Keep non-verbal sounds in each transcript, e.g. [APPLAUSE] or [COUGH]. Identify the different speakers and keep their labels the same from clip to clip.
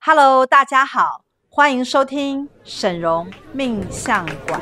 Speaker 1: Hello，大家好，欢迎收听沈荣命相馆。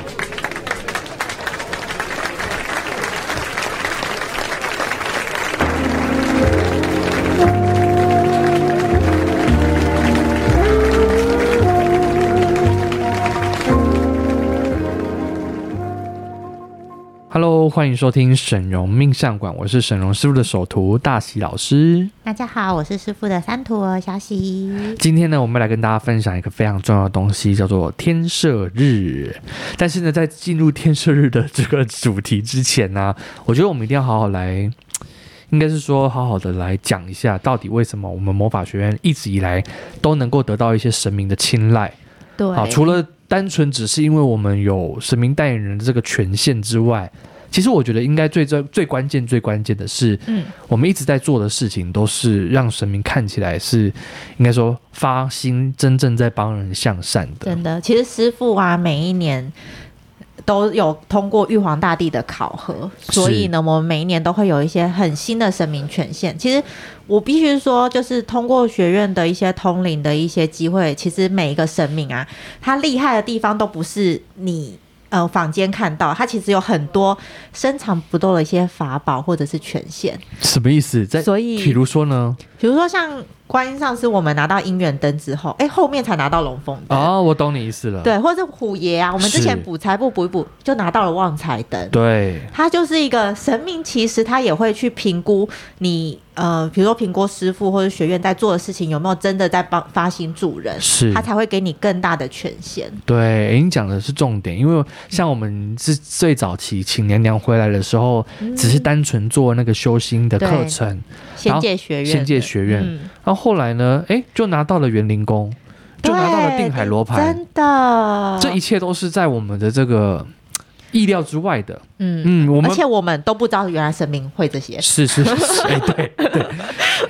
Speaker 2: Hello，欢迎收听沈荣命相馆，我是沈荣师傅的首徒大喜老师。
Speaker 3: 大家好，我是师傅的三徒儿
Speaker 2: [LAUGHS]
Speaker 3: 小喜。
Speaker 2: 今天呢，我们来跟大家分享一个非常重要的东西，叫做天赦日。但是呢，在进入天赦日的这个主题之前呢、 [LAUGHS] 我觉得我们一定要好好来，应该是说好好的来讲一下，到底为什么我们魔法学院一直以来都能够得到一些神明的青睐。
Speaker 3: 对
Speaker 2: 好，除了单纯只是因为我们有神明代言人的这个权限之外，其实我觉得应该最最最关键、最关键的是，
Speaker 3: 嗯，
Speaker 2: 我们一直在做的事情都是让神明看起来是应该说发心真正在帮人向善的。
Speaker 3: 真的，其实师傅啊，每一年都有通过玉皇大帝的考核，
Speaker 2: 是
Speaker 3: 所以呢，我们每一年都会有一些很新的神明权限。其实我必须说，就是通过学院的一些通灵的一些机会，其实每一个神明啊，他厉害的地方都不是你。呃，坊间看到他其实有很多深藏不露的一些法宝或者是权限，
Speaker 2: 什么意思？在
Speaker 3: 所以
Speaker 2: 比如说呢？
Speaker 3: 比如说像观音上师，我们拿到姻缘灯之后，哎，后面才拿到龙凤灯，
Speaker 2: 哦，我懂你意思了。
Speaker 3: 对，或者是虎爷啊，我们之前
Speaker 2: 是
Speaker 3: 补财布补一补，就拿到了旺财灯。
Speaker 2: 对
Speaker 3: 它就是一个神明，其实他也会去评估你，呃，比如说评估师傅或者学院在做的事情有没有真的在帮发心助人，
Speaker 2: 是
Speaker 3: 他才会给你更大的权限。
Speaker 2: 对，诶你讲的是重点，因为像我们是最早期请娘娘回来的时候，
Speaker 3: 嗯
Speaker 2: 只是单纯做那个修心的课
Speaker 3: 对
Speaker 2: 程，
Speaker 3: 仙界学院的，
Speaker 2: 仙界学院
Speaker 3: 嗯
Speaker 2: 然后后来呢，哎，就拿到了园林宫，就拿到了定海罗
Speaker 3: 对
Speaker 2: 盘，
Speaker 3: 真的，
Speaker 2: 这一切都是在我们的这个嘖意料之外的。
Speaker 3: 嗯，
Speaker 2: 嗯，我们
Speaker 3: 而且我们都不知道原来神明会这些，
Speaker 2: [LAUGHS] 是是是是，哎，对
Speaker 3: [LAUGHS]
Speaker 2: 对，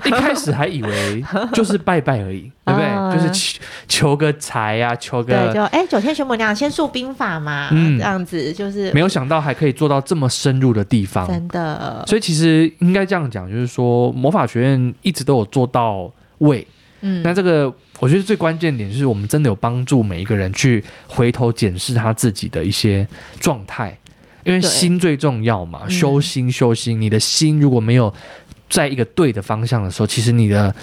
Speaker 2: 一开始还以为就是拜拜而已，对不对？
Speaker 3: 啊
Speaker 2: 就是求求个财呀、求
Speaker 3: 对，就
Speaker 2: 个，
Speaker 3: 哎、九天玄母娘先述兵法嘛，
Speaker 2: 嗯
Speaker 3: 这样子就是
Speaker 2: 没有想到还可以做到这么深入的地方。
Speaker 3: 真的，
Speaker 2: 所以其实应该这样讲，就是说魔法学院一直都有做到位，
Speaker 3: 嗯
Speaker 2: 那这个我觉得最关键点就是，我们真的有帮助每一个人去回头检视他自己的一些状态，因为
Speaker 3: 对
Speaker 2: 心最重要嘛，
Speaker 3: 嗯
Speaker 2: 修心修心，你的心如果没有在一个对的方向的时候，其实你的，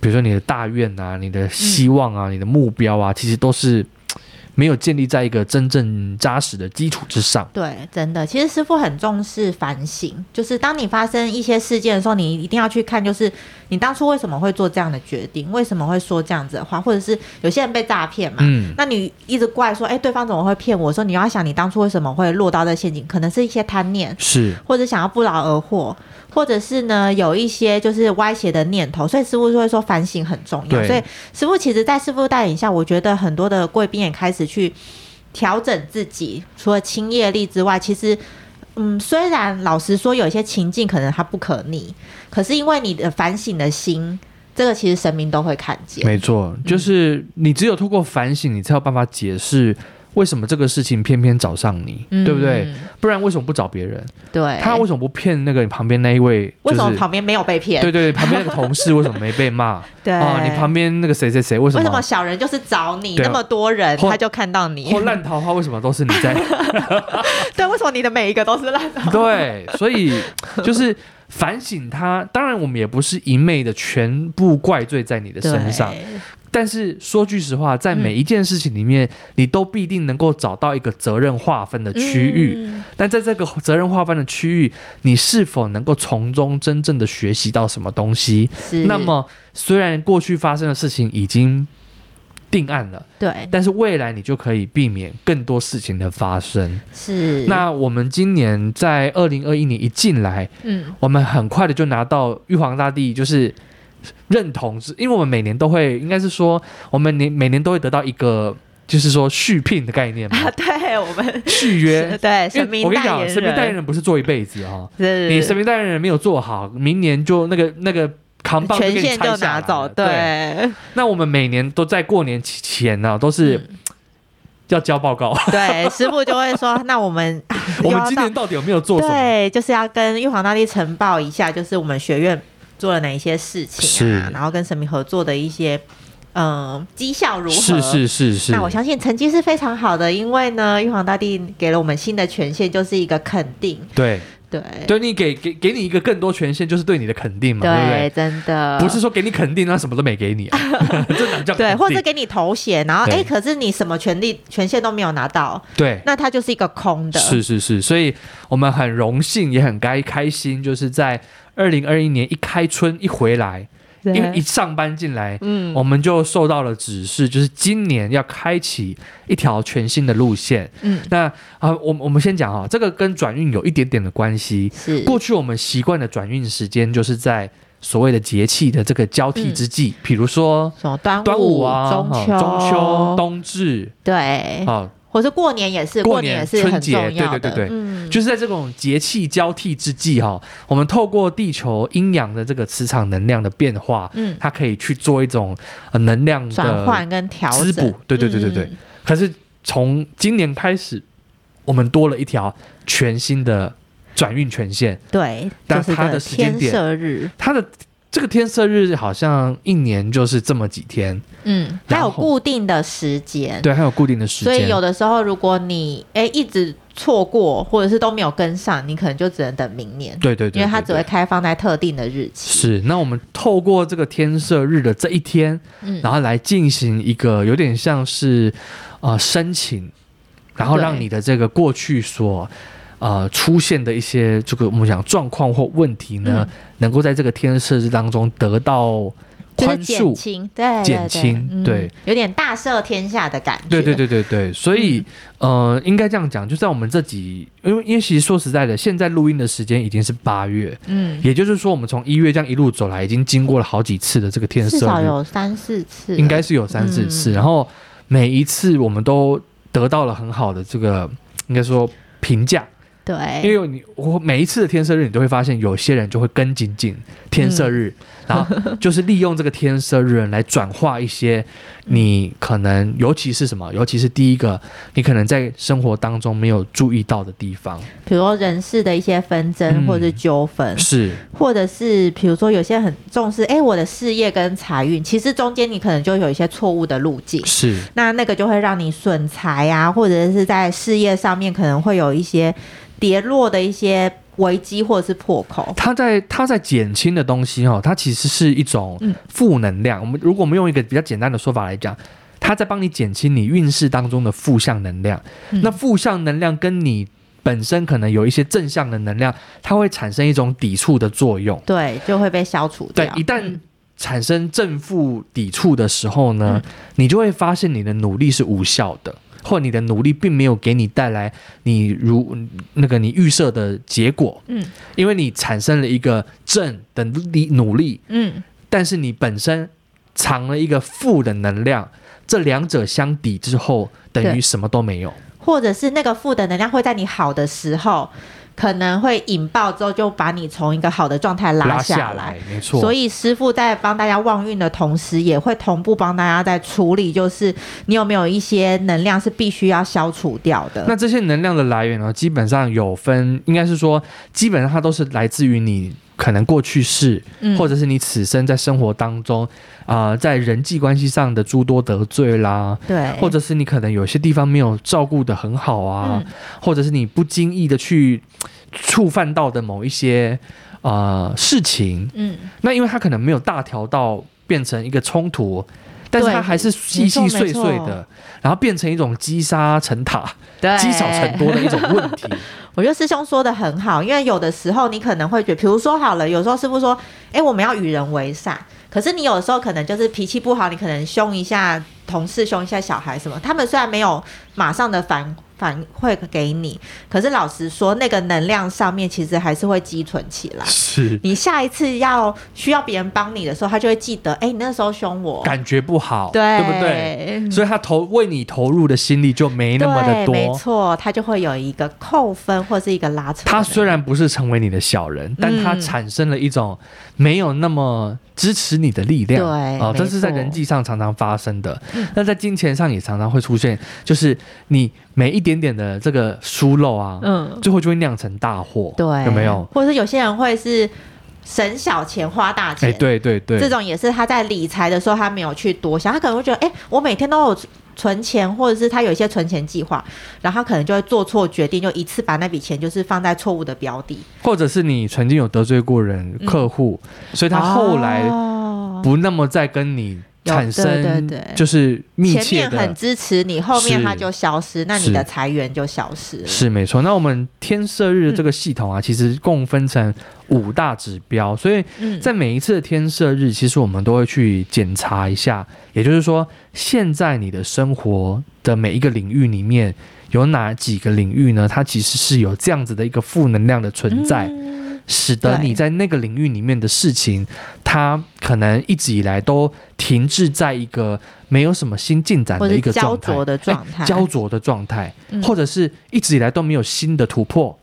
Speaker 2: 比如说你的大愿啊、你的希望
Speaker 3: 嗯
Speaker 2: 啊、你的目标啊，其实都是。嘖没有建立在一个真正扎实的基础之上，
Speaker 3: 对，真的，其实师傅很重视反省，就是当你发生一些事件的时候，你一定要去看，就是你当初为什么会做这样的决定，为什么会说这样子的话，或者是有些人被诈骗嘛。
Speaker 2: 嗯，
Speaker 3: 那你一直怪说，哎、对方怎么会骗我？说你要想你当初为什么会落到这陷阱，可能是一些贪念，
Speaker 2: 是
Speaker 3: 或者想要不劳而获，或者是呢有一些就是歪斜的念头，所以师傅就会说反省很重要。
Speaker 2: 对
Speaker 3: 所以师傅其实，在师傅带领下，我觉得很多的贵宾也开始去调整自己，除了清业力之外，其实。嗯，虽然老实说，有一些情境可能它不可逆，可是因为你的反省的心，这个其实神明都会看见。
Speaker 2: 没错，
Speaker 3: 嗯
Speaker 2: 就是你只有透过反省，你才有办法解释为什么这个事情偏偏找上你，
Speaker 3: 嗯
Speaker 2: 对不对？？不然为什么不找别人？
Speaker 3: 对。
Speaker 2: 他为什么不骗那个你旁边那一位？
Speaker 3: 为什么
Speaker 2: 就是
Speaker 3: 旁边没有被骗？
Speaker 2: 对对对，旁边那个同事为什么没被骂？
Speaker 3: [LAUGHS] 对
Speaker 2: 啊，你旁边那个谁谁谁为什
Speaker 3: 为什
Speaker 2: 么
Speaker 3: 么？小人就是找你
Speaker 2: 对啊
Speaker 3: 那么多人，
Speaker 2: 或
Speaker 3: 他就看到你？
Speaker 2: 或烂桃花为什么都是你在？
Speaker 3: [LAUGHS] 对，为什么你的每一个都是烂的？
Speaker 2: 对，所以就是反省他。当然，我们也不是一昧的全部怪罪在你的身上，但是说句实话，在每一件事情里面，你都必定能够找到一个责任划分的区域。
Speaker 3: 嗯
Speaker 2: 但在这个责任划分的区域，你是否能够从中真正的学习到什么东西？
Speaker 3: 是
Speaker 2: 那么，虽然过去发生的事情已经定案了，
Speaker 3: 对
Speaker 2: 但是未来你就可以避免更多事情的发生。
Speaker 3: 是
Speaker 2: 那我们今年在二零二一年一进来，
Speaker 3: 嗯
Speaker 2: 我们很快的就拿到玉皇大帝就是认同，是因为我们每年都会，应该是说我们年每年都会得到一个。就是说续聘的概
Speaker 3: [LAUGHS]
Speaker 2: 念嘛，
Speaker 3: 啊，对我们
Speaker 2: 续约
Speaker 3: 对
Speaker 2: 因
Speaker 3: [LAUGHS] 神
Speaker 2: 为
Speaker 3: 明
Speaker 2: 我跟你
Speaker 3: 代
Speaker 2: 讲，
Speaker 3: 言
Speaker 2: 神明代言
Speaker 3: 人
Speaker 2: 人不是做一辈子哦，
Speaker 3: 是
Speaker 2: 你神明代言人没有做好，明年就那个那个扛棒
Speaker 3: 权
Speaker 2: 给你
Speaker 3: 限
Speaker 2: 拆
Speaker 3: 就
Speaker 2: 下来
Speaker 3: 拿
Speaker 2: 了
Speaker 3: 走，
Speaker 2: 对。
Speaker 3: 对
Speaker 2: 那我们每年都在过年期前呢、都是
Speaker 3: 嗯
Speaker 2: 要交报
Speaker 3: [LAUGHS]
Speaker 2: 告，
Speaker 3: [LAUGHS] 对，师傅就会说，那我们
Speaker 2: [LAUGHS] 我
Speaker 3: 又
Speaker 2: 们
Speaker 3: 要
Speaker 2: 今
Speaker 3: 到
Speaker 2: 年到底有没有做什么？
Speaker 3: 对，就是要跟玉皇大帝呈报一下，就是我们学院做了哪一些事情
Speaker 2: 是
Speaker 3: 啊，然后跟神明合作的一些嗯绩效如何。
Speaker 2: 是是是是，
Speaker 3: 那我相信成绩是非常好的，因为呢，玉皇大帝给了我们新的权限，就是一个肯定。
Speaker 2: 对，
Speaker 3: 对
Speaker 2: 对你给给给你一个更多权限，就是对你的肯定嘛，对不对？
Speaker 3: 对真的
Speaker 2: 不是说给你肯定，那什么都没给
Speaker 3: [LAUGHS]
Speaker 2: 你、啊，这哪叫
Speaker 3: 对，
Speaker 2: 肯
Speaker 3: 或
Speaker 2: 定
Speaker 3: 者给你头衔，然后
Speaker 2: 对
Speaker 3: 哎，可是你什么权利权限都没有拿到，
Speaker 2: 对。
Speaker 3: 那它就是一个空的。
Speaker 2: 是是是，所以我们很荣幸，也很该开心，就是在二零二一年一开春一回来，
Speaker 3: 对，
Speaker 2: 一一上班进来，
Speaker 3: 嗯，
Speaker 2: 我们就受到了指示，就是今年要开启一条全新的路线。
Speaker 3: 嗯，
Speaker 2: 那啊、我我们先讲哈、这个跟转运有一点点的关系。
Speaker 3: 是
Speaker 2: 过去我们习惯的转运时间，就是在所谓的节气的这个交替之际，比如说
Speaker 3: 什么嗯端
Speaker 2: 端午啊、
Speaker 3: 中
Speaker 2: 哈
Speaker 3: 秋、
Speaker 2: 中秋、冬至
Speaker 3: 对，
Speaker 2: 啊，
Speaker 3: 或是过年也是，
Speaker 2: 过
Speaker 3: 过年也是
Speaker 2: 年
Speaker 3: 很
Speaker 2: 春节
Speaker 3: 重要的。
Speaker 2: 对对对对
Speaker 3: 嗯，
Speaker 2: 就是在这种节气交替之际哈、我们透过地球阴阳的这个磁场能量的变化，
Speaker 3: 嗯
Speaker 2: 它可以去做一种、呃、能量的
Speaker 3: 转换跟调
Speaker 2: 滋
Speaker 3: 整
Speaker 2: 补，对对对对对。
Speaker 3: 嗯
Speaker 2: 可是从今年开始，我们多了一条全新的转运权限，
Speaker 3: 对，
Speaker 2: 但
Speaker 3: 就是
Speaker 2: 它的
Speaker 3: 个
Speaker 2: 时间
Speaker 3: 天
Speaker 2: 点
Speaker 3: 赦日，
Speaker 2: 它的这个天赦日好像一年就是这么几天，
Speaker 3: 嗯，它有
Speaker 2: 然后
Speaker 3: 固定的时间，
Speaker 2: 对，它有固定的时
Speaker 3: 所
Speaker 2: 间，
Speaker 3: 以有的时候如果你哎一直错过，或者是都没有跟上，你可能就只能等明年，
Speaker 2: 对对对对
Speaker 3: 因为它只会
Speaker 2: 对
Speaker 3: 开放在特定的日期。
Speaker 2: 是，那我们透过这个天赦日的这一天，
Speaker 3: 嗯
Speaker 2: 然后来进行一个有点像是呃申请，然后
Speaker 3: 对
Speaker 2: 让你的这个过去所呃出现的一些这个我们讲状况或问题呢，
Speaker 3: 嗯
Speaker 2: 能够在这个天赦日当中得到
Speaker 3: 就是
Speaker 2: 宽
Speaker 3: 减
Speaker 2: 恕。
Speaker 3: 轻，对，对
Speaker 2: 减轻
Speaker 3: 嗯
Speaker 2: 对
Speaker 3: 有点大赦天下的感觉，
Speaker 2: 对对，对对对，所以、
Speaker 3: 嗯
Speaker 2: 呃，应该这样讲，就在我们这集，因为因为其实说实在的，现在录音的时间已经是八月，
Speaker 3: 嗯，
Speaker 2: 也就是说，我们从一月这样一路走来，已经经过了好几次的这个天
Speaker 3: 至
Speaker 2: 赦
Speaker 3: 少
Speaker 2: 日，
Speaker 3: 有三四次了，
Speaker 2: 应该是有三四次。
Speaker 3: 嗯
Speaker 2: 然后每一次我们都得到了很好的这个，应该说评价，
Speaker 3: 对，
Speaker 2: 因为你我每一次的天赦日，你都会发现有些人就会跟紧紧天赦日，然 [LAUGHS] 后就是利用这个天赦日来转化一些你可能，尤其是什么，尤其是第一个，你可能在生活当中没有注意到的地方，
Speaker 3: 比如说人事的一些纷争
Speaker 2: 嗯
Speaker 3: 或者是纠纷，
Speaker 2: 是
Speaker 3: 或者是比如说有些很重视，哎，我的事业跟财运，其实中间你可能就有一些错误的路径，
Speaker 2: 是，
Speaker 3: 那那个就会让你损财啊，或者是在事业上面可能会有一些跌落的一些危机或者是破口，
Speaker 2: 它在它在减轻的东西哦，它其实是一种
Speaker 3: 嗯
Speaker 2: 负能量。我们如果我们用一个比较简单的说法来讲，它在帮你减轻你运势当中的负向能量。
Speaker 3: 嗯
Speaker 2: 那负向能量跟你本身可能有一些正向的能量，它会产生一种抵触的作用。
Speaker 3: 对，啊就会被消除
Speaker 2: 对
Speaker 3: 掉，。
Speaker 2: 一旦产生正负抵触的时候呢，你就会发现你的努力是无效的，或你的努力并没有给你带来你如那个你预设的结果。
Speaker 3: 嗯，
Speaker 2: 因为你产生了一个正的力努力，
Speaker 3: 嗯，
Speaker 2: 但是你本身藏了一个负的能量，这两者相抵之后，等于
Speaker 3: 对
Speaker 2: 什么都没有。
Speaker 3: 或者是那个负的能量会在你好的时候，可能会引爆之后就把你从一个好的状态
Speaker 2: 拉
Speaker 3: 下
Speaker 2: 来
Speaker 3: 来。，
Speaker 2: 没错。
Speaker 3: 所以师傅在帮大家旺运的同时，也会同步帮大家在处理，就是你有没有一些能量是必须要消除掉的。
Speaker 2: 那这些能量的来源呢，基本上有分，应该是说，基本上它都是来自于你可能过去式，
Speaker 3: 嗯
Speaker 2: 或者是你此生在生活当中啊、呃在人际关系上的诸多得罪啦，
Speaker 3: 对，
Speaker 2: 或者是你可能有些地方没有照顾的很好啊，
Speaker 3: 嗯
Speaker 2: 或者是你不经意的去触犯到的某一些呃事情，
Speaker 3: 嗯，
Speaker 2: 那因为它可能没有大条到变成一个冲突，但是它
Speaker 3: 对
Speaker 2: 还是细
Speaker 3: 没错
Speaker 2: 细碎
Speaker 3: 没错
Speaker 2: 碎的，然后变成一种积沙成塔、
Speaker 3: 对，
Speaker 2: 积少成多的一种问
Speaker 3: [LAUGHS]
Speaker 2: 题。
Speaker 3: 我觉得师兄说的很好，因为有的时候你可能会觉得，比如说好了，有时候师傅说，哎，我们要与人为善，可是你有的时候可能就是脾气不好，你可能凶一下同事，凶一下小孩什么，他们虽然没有马上的反反馈给你，可是老实说，那个能量上面其实还是会积存起来。
Speaker 2: 是。
Speaker 3: 你下一次要需要别人帮你的时候，他就会记得，哎，你那时候凶我，
Speaker 2: 感觉不好，
Speaker 3: 对嗯
Speaker 2: 不对？所以他投为你投入的心力就没那么的
Speaker 3: 对没
Speaker 2: 多。
Speaker 3: 错，他就会有一个扣分或是一个拉扯的能
Speaker 2: 他
Speaker 3: 量。
Speaker 2: 虽然不是成为你的小人，但
Speaker 3: 嗯
Speaker 2: 他产生了一种没有那么支持你的力量。
Speaker 3: 对
Speaker 2: 哦，
Speaker 3: 没
Speaker 2: 这是在
Speaker 3: 错嗯
Speaker 2: 人际上常常发生的。那在金钱上也常常会出现，就是你每一点点的这个疏漏啊，
Speaker 3: 嗯
Speaker 2: 最后就会酿成大祸。
Speaker 3: 对，
Speaker 2: 有没有？
Speaker 3: 或者是有些人会是省小钱花大
Speaker 2: 哎、
Speaker 3: 钱。
Speaker 2: 对对对，
Speaker 3: 这种也是他在理财的时候，他没有去多想，他可能会觉得，哎、我每天都有存钱，或者是他有一些存钱计划，然后他可能就会做错决定，就一次把那笔钱就是放在错误的标的，
Speaker 2: 或者是你曾经有得罪过人、
Speaker 3: 嗯
Speaker 2: 客户，所以他后来
Speaker 3: 哦
Speaker 2: 不那么再跟你产
Speaker 3: 对
Speaker 2: 生
Speaker 3: 对对
Speaker 2: 就是密
Speaker 3: 前
Speaker 2: 切
Speaker 3: 面
Speaker 2: 的
Speaker 3: 很支持你，后面
Speaker 2: 是
Speaker 3: 他就消失，那你的
Speaker 2: 是
Speaker 3: 财源就消失了。
Speaker 2: 是没错，那我们天赦日
Speaker 3: 嗯
Speaker 2: 这个系统啊，其实共分成五大指标，所以
Speaker 3: 嗯，
Speaker 2: 在每一次的天赦日，其实我们都会去检查一下，也就是说，现在你的生活的每一个领域里面，有哪几个领域呢？它其实是有这样子的一个负能量的存在，
Speaker 3: 嗯
Speaker 2: 使得
Speaker 3: 对
Speaker 2: 你在那个领域里面的事情，它可能一直以来都停滞在一个没有什么新进展
Speaker 3: 或
Speaker 2: 的
Speaker 3: 者
Speaker 2: 一个
Speaker 3: 焦
Speaker 2: 状态
Speaker 3: 灼的状态，
Speaker 2: 哎焦灼的状态，
Speaker 3: 嗯
Speaker 2: 或者是一直以来都没有新的突破，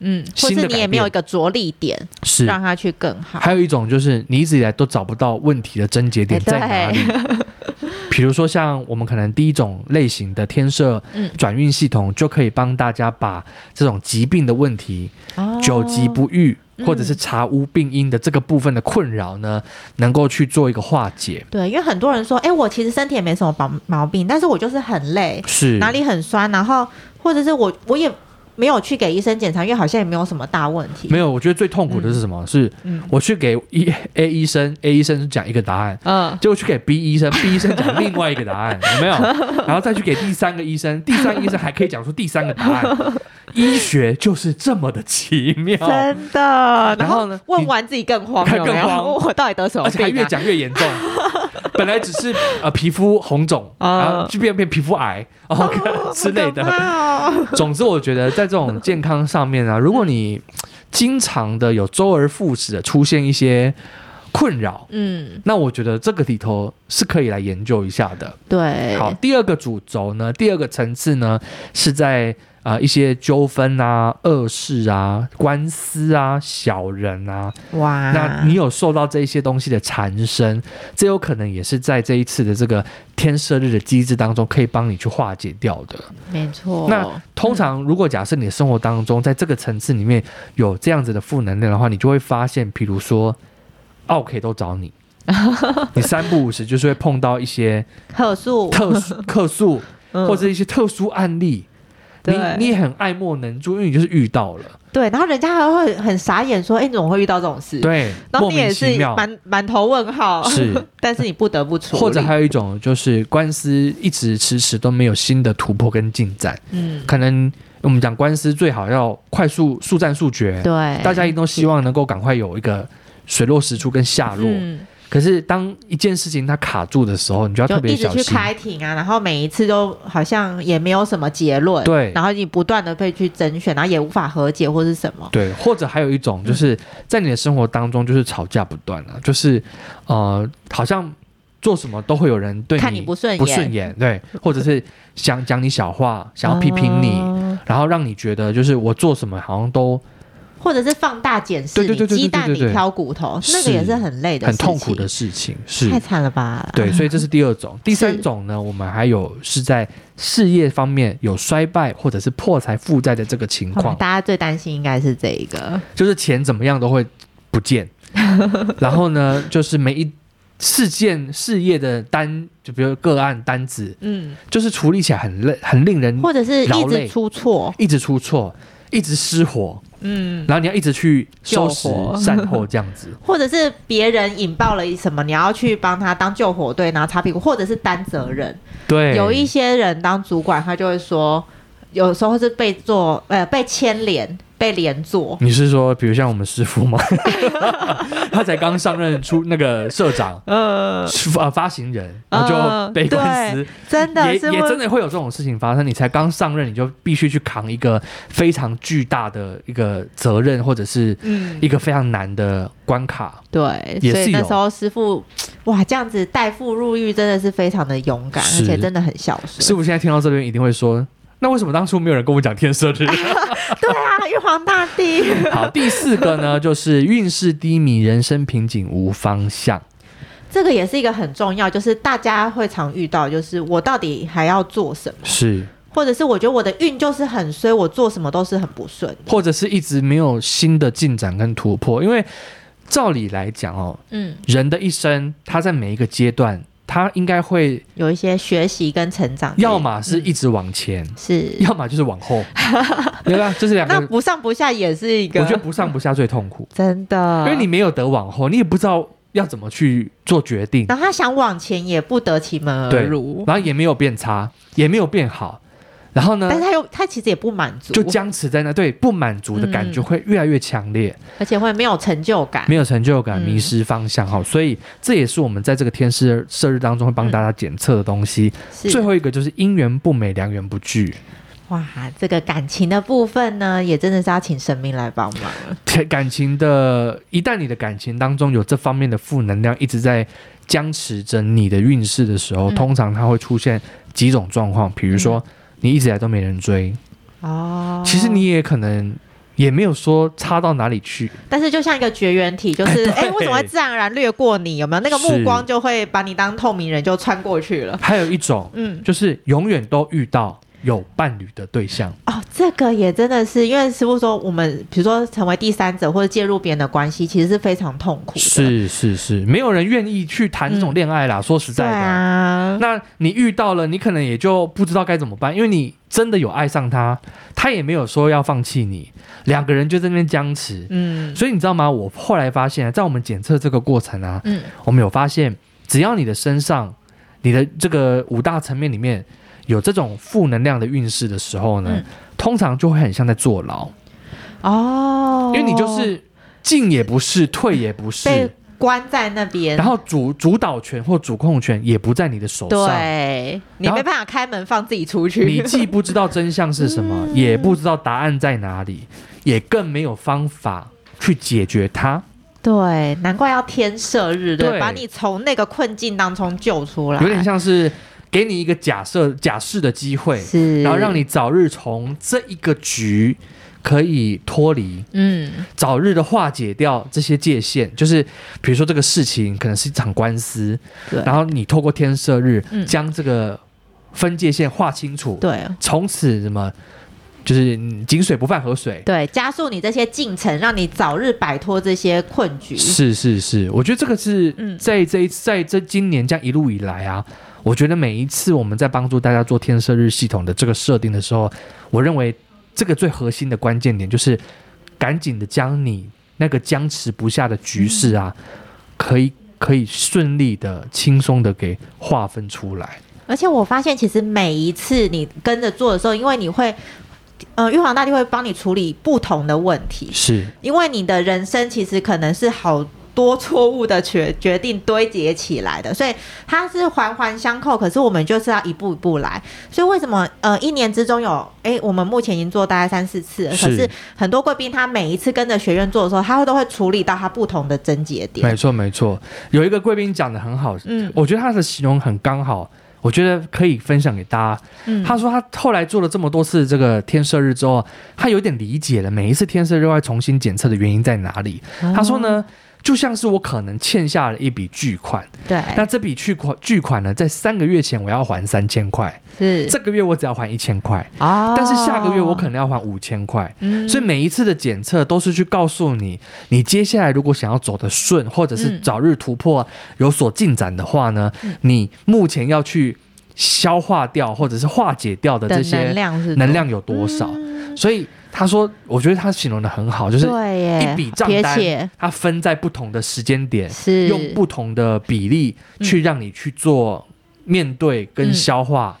Speaker 3: 嗯，或
Speaker 2: 新的
Speaker 3: 是
Speaker 2: 改
Speaker 3: 你也
Speaker 2: 变
Speaker 3: 没有一个着力点，
Speaker 2: 是
Speaker 3: 让他去更好。
Speaker 2: 还有一种就是你一直以来都找不到问题的症结点
Speaker 3: 哎
Speaker 2: 在哪
Speaker 3: [LAUGHS]
Speaker 2: 里。比如说，像我们可能第一种类型的天赦
Speaker 3: 嗯
Speaker 2: 转运系统，就可以帮大家把这种疾病的问题、
Speaker 3: 哦
Speaker 2: 久疾不愈，
Speaker 3: 嗯
Speaker 2: 或者是查无病因的这个部分的困扰呢，能够去做一个化解。
Speaker 3: 对，因为很多人说，哎、我其实身体也没什么毛毛病，但是我就是很累，
Speaker 2: 是
Speaker 3: 哪里很酸，然后或者是我我也没有去给医生检查，因为好像也没有什么大问题。
Speaker 2: 没
Speaker 3: 有，
Speaker 2: 有？我觉得最痛苦的是什么？是
Speaker 3: 嗯
Speaker 2: 我去给 E A 医生，A 医生讲一个答案，
Speaker 3: 嗯，
Speaker 2: 结果去给 B 医生，B 医生讲另外一个答案，有
Speaker 3: [LAUGHS]
Speaker 2: 没有？然后再去给第三个医生，第三个医生还可以讲出第三个答
Speaker 3: [LAUGHS]
Speaker 2: 案。医学就是这么的奇妙，
Speaker 3: 真的。
Speaker 2: 哦然后呢
Speaker 3: 问
Speaker 2: 你
Speaker 3: 完自己更慌，
Speaker 2: 更
Speaker 3: 有没有
Speaker 2: 慌
Speaker 3: 我到底得什么
Speaker 2: 而且
Speaker 3: 病、
Speaker 2: 还
Speaker 3: 啊？
Speaker 2: 越讲越严重。本来只是呃皮肤红肿，
Speaker 3: 啊哦
Speaker 2: 然后就变变皮肤癌，然后 [LAUGHS] 之类的
Speaker 3: 好。可怕哦
Speaker 2: 总之，我觉得在这种健康上面啊，如果你经常的有周而复始的出现一些困扰，
Speaker 3: 嗯，
Speaker 2: 那我觉得这个里头是可以来研究一下的。
Speaker 3: 对，
Speaker 2: 好，第二个主轴呢，第二个层次呢，是在啊、呃一些纠纷啊、恶事啊、官司啊、小人啊，
Speaker 3: 哇，
Speaker 2: 那你有受到这一些东西的缠身，这有可能也是在这一次的这个天赦日的机制当中，可以帮你去化解掉的。
Speaker 3: 没错，
Speaker 2: 那通常，如果假设你的生活当中，在这个层次里面有这样子的负能量的话，你就会发现，比如说奥 K 都找你，你三不五时就是会碰到一些
Speaker 3: 客诉
Speaker 2: 特殊客诉。
Speaker 3: 嗯
Speaker 2: 或者一些特殊案例，你
Speaker 3: 对
Speaker 2: 你也很爱莫能助，因为你就是遇到了，
Speaker 3: 对，然后人家还会很傻眼说，哎、你怎么会遇到这种事？，
Speaker 2: 对，
Speaker 3: 然后
Speaker 2: 莫
Speaker 3: 你也
Speaker 2: 名
Speaker 3: 是
Speaker 2: 其妙。
Speaker 3: 满满头问号，
Speaker 2: 是，
Speaker 3: [LAUGHS] 但是你不得不处理，
Speaker 2: 或者还有一种就是官司一直迟迟都没有新的突破跟进展，
Speaker 3: 嗯，
Speaker 2: 可能我们讲官司最好要快速速战速决，
Speaker 3: 对，
Speaker 2: 大家一定都希望能够赶快有一个水落石出跟下落。
Speaker 3: 嗯，
Speaker 2: 可是当一件事情它卡住的时候，你就要
Speaker 3: 就
Speaker 2: 特别
Speaker 3: 一直
Speaker 2: 小
Speaker 3: 去
Speaker 2: 心。
Speaker 3: 开庭啊，然后每一次都好像也没有什么结论，
Speaker 2: 对
Speaker 3: 然后你不断的被去甄选，然后也无法和解或是什么，
Speaker 2: 对，或者还有一种就是在你的生活当中，就是吵架不断啊，就是呃，好像做什么都会有人对
Speaker 3: 看你不顺眼，
Speaker 2: 不顺眼，对，或者是想讲你小话，想要批评你，
Speaker 3: 哦
Speaker 2: 然后让你觉得就是我做什么好像都
Speaker 3: 或者是放大检视
Speaker 2: 对
Speaker 3: 你，
Speaker 2: 对对对对
Speaker 3: 鸡蛋
Speaker 2: 对对
Speaker 3: 里
Speaker 2: 对
Speaker 3: 挑骨头，
Speaker 2: 是
Speaker 3: 那个也是很累的，
Speaker 2: 很痛苦的，事情，是
Speaker 3: 太惨了吧？
Speaker 2: 对，所以这是第二种。第三
Speaker 3: 是
Speaker 2: 种呢，我们还有是在事业方面有衰败或者是破财负债的这个情
Speaker 3: 好吧
Speaker 2: 况，
Speaker 3: 大家最担心应该是这一个，
Speaker 2: 就是钱怎么样都会不
Speaker 3: [LAUGHS]
Speaker 2: 见，然后呢，就是每一事件事业的单，就比如个案单子，
Speaker 3: 嗯，
Speaker 2: 就是处理起来很累，很令人
Speaker 3: 或者是一
Speaker 2: 劳累
Speaker 3: 直出错，
Speaker 2: 一直出错，一直失火，
Speaker 3: 嗯，
Speaker 2: 然后你要一直去收拾
Speaker 3: 救火
Speaker 2: 善后这样子。
Speaker 3: [LAUGHS] 或者是别人引爆了什么，你要去帮他当救火队，然后擦屁股，或者是担责任。
Speaker 2: 对，
Speaker 3: 有一些人当主管，他就会说，有时候是被做呃被牵连、被连坐。
Speaker 2: 你是说，比如像我们师
Speaker 3: [LAUGHS]
Speaker 2: 傅吗？他才刚上任出那个社长，
Speaker 3: 呃，
Speaker 2: 是呃发行人，然后
Speaker 3: 嗯
Speaker 2: 就被官司，
Speaker 3: 真的
Speaker 2: 也
Speaker 3: 是
Speaker 2: 也
Speaker 3: 会
Speaker 2: 真的会有这种事情发生。你才刚上任，你就必须去扛一个非常巨大的一个责任，或者是
Speaker 3: 嗯，
Speaker 2: 一个非常难的关卡。
Speaker 3: 对，
Speaker 2: 也
Speaker 3: 所
Speaker 2: 是
Speaker 3: 以
Speaker 2: 有
Speaker 3: 那时候师傅哇，这样子代父入狱真的是非常的勇敢，
Speaker 2: 是
Speaker 3: 而且真的很孝
Speaker 2: 师
Speaker 3: 顺。
Speaker 2: 傅现在听到这边一定会说。那为什么当初没有人跟我讲天赦日？
Speaker 3: 对啊，玉皇大帝。
Speaker 2: [LAUGHS]
Speaker 3: [LAUGHS]
Speaker 2: 好，第四个呢，就是运势低迷，人生瓶颈无方向。
Speaker 3: 这个也是一个很重要，就是大家会常遇到，就是我到底还要做什么，
Speaker 2: 是，
Speaker 3: 或者是我觉得我的运就是很衰，我做什么都是很不顺的。
Speaker 2: 或者是一直没有新的进展跟突破，因为。照理来讲哦，
Speaker 3: 嗯，
Speaker 2: 人的一生，他在每一个阶段，他应该会
Speaker 3: 有一些学习跟成长，
Speaker 2: 要么是一直往前，
Speaker 3: 是，
Speaker 2: 要么就是往
Speaker 3: [LAUGHS]
Speaker 2: 后，对吧？这是两
Speaker 3: 那
Speaker 2: 个，
Speaker 3: 不上不下也是一个，啊
Speaker 2: 我觉得不上不下最痛苦，
Speaker 3: 真的，
Speaker 2: 因为你没有得往后，你也不知道要怎么去做决定，
Speaker 3: 然后他想往前也不得其门而
Speaker 2: 对
Speaker 3: 入，
Speaker 2: 然后也没有变差，也没有变好，然后呢
Speaker 3: 但，是他又他其实也不满足，
Speaker 2: 就僵持在那，对不满足的感觉
Speaker 3: 嗯
Speaker 2: 会越来越强烈，
Speaker 3: 而且会没有成就感，
Speaker 2: 没有成就感，
Speaker 3: 嗯
Speaker 2: 迷失方向哈、所以这也是我们在这个天师射日当中会帮大家检测的东西。
Speaker 3: 嗯是
Speaker 2: 最后一个就是因缘不美，良缘不聚，
Speaker 3: 哇，这个感情的部分呢，也真的是要请神明来帮忙了。
Speaker 2: 天 [LAUGHS] 感情的，一旦你的感情当中有这方面的负能量一直在僵持着你的运势的时候，
Speaker 3: 嗯
Speaker 2: 通常它会出现几种状况，比如说、你一直以来都没人追，
Speaker 3: 哦，
Speaker 2: 其实你，也可能也没有说差到哪里去，
Speaker 3: 但是就像一个绝缘
Speaker 2: [LAUGHS]
Speaker 3: 体，就是哎，为什么会自然而然掠过你？有没有那个目
Speaker 2: 是
Speaker 3: 光就会把你当透明人就穿过去了？
Speaker 2: 还有一种
Speaker 3: 嗯，
Speaker 2: 就是永远都遇到有伴侣的对象，
Speaker 3: 哦，这个也真的是，因为师傅说，我们比如说成为第三者或者介入别人的关系，其实是非常痛苦的。，嗯
Speaker 2: 是是是，没有人愿意去谈这种恋爱啦。说实
Speaker 3: 对
Speaker 2: 在的，
Speaker 3: 啊，
Speaker 2: 那你遇到了，你可能也就不知道该怎么办，因为你真的有爱上他，他也没有说要放弃你，两个人就在那边僵持。
Speaker 3: 嗯
Speaker 2: 所以你知道吗？我后来发现啊，在我们检测这个过程啊，
Speaker 3: 嗯，
Speaker 2: 我们有发现，只要你的身上、你的这个五大层面里面有这种负能量的运势的时候呢，
Speaker 3: 嗯
Speaker 2: 通常就会很像在坐牢，
Speaker 3: 哦，
Speaker 2: 因为你就是进也不是，退也不
Speaker 3: 被
Speaker 2: 是，
Speaker 3: 关在那边，
Speaker 2: 然后主主导权或主控权也不在你的手上。
Speaker 3: 对你
Speaker 2: 然后
Speaker 3: 没办法开门放自己出
Speaker 2: 你
Speaker 3: 去，
Speaker 2: 既不知道真相是什
Speaker 3: 嗯
Speaker 2: 么，也不知道答案在哪里，也更没有方法去解决它。
Speaker 3: [LAUGHS] 对，难怪要天赦日，对，
Speaker 2: 对
Speaker 3: 把你从那个困境当中救出来，
Speaker 2: 有点像是给你一个假设、假释的机会，
Speaker 3: 是，
Speaker 2: 然后让你早日从这一个局可以脱离，
Speaker 3: 嗯
Speaker 2: 早日的化解掉这些界限。就是比如说这个事情可能是一场官司，
Speaker 3: 对
Speaker 2: 然后你透过天赦日
Speaker 3: 嗯
Speaker 2: 将这个分界线划清楚，
Speaker 3: 对
Speaker 2: 从此什么就是嗯井水不犯河水。
Speaker 3: 对，加速你这些进程，让你早日摆脱这些困局，
Speaker 2: 是是是，我觉得这个是
Speaker 3: 嗯
Speaker 2: 在这一在这今年这样一路以来啊，我觉得每一次我们在帮助大家做天赦日系统的这个设定的时候，我认为这个最核心的关键点就是赶紧的将你那个僵持不下的局势啊，可以可以顺利的、轻松的给划分出来。
Speaker 3: 而且我发现，其实每一次你跟着做的时候，因为你会。呃，玉皇大帝会帮你处理不同的问题，
Speaker 2: 是
Speaker 3: 因为你的人生其实可能是好多错误的决决定堆叠起来的，所以它是环环相扣。可是我们就是要一步一步来，所以为什么呃一年之中有诶，我们目前已经做大概三四次了，可
Speaker 2: 是
Speaker 3: 是很多贵宾他每一次跟着学院做的时候，他会都会处理到他不同的症结
Speaker 2: 没
Speaker 3: 点。
Speaker 2: 错没错，有一个贵宾讲的很好，
Speaker 3: 嗯
Speaker 2: 我觉得他的形容很刚好，我觉得可以分享给大家。
Speaker 3: 嗯，
Speaker 2: 他说他后来做了这么多次这个天赦日之后，他有点理解了每一次天赦日要重新检测的原因在哪里。
Speaker 3: 哦
Speaker 2: 他说呢，就像是我可能欠下了一笔巨款，
Speaker 3: 对，
Speaker 2: 那这笔巨款巨款呢，在三个月前我要还三千块，
Speaker 3: 是
Speaker 2: 这个月我只要还一千块，
Speaker 3: 哦，
Speaker 2: 但是下个月我可能要还五千块。
Speaker 3: 能
Speaker 2: 所以每一次的检测都是去告诉你，你接下来如果想要走得顺，或者是
Speaker 3: 嗯
Speaker 2: 早日突破、有所进展的话呢，你目前要去消化掉或者是化解掉的
Speaker 3: 的
Speaker 2: 这些
Speaker 3: 能量嗯是
Speaker 2: 能量有多少。所以他说，我觉得他形容的很好，就是
Speaker 3: 对耶，
Speaker 2: 一笔账
Speaker 3: 贴
Speaker 2: 单
Speaker 3: 切，
Speaker 2: 它分在不同的时间点，
Speaker 3: 是
Speaker 2: 用不同的比例去让你去做面对跟
Speaker 3: 嗯
Speaker 2: 消化。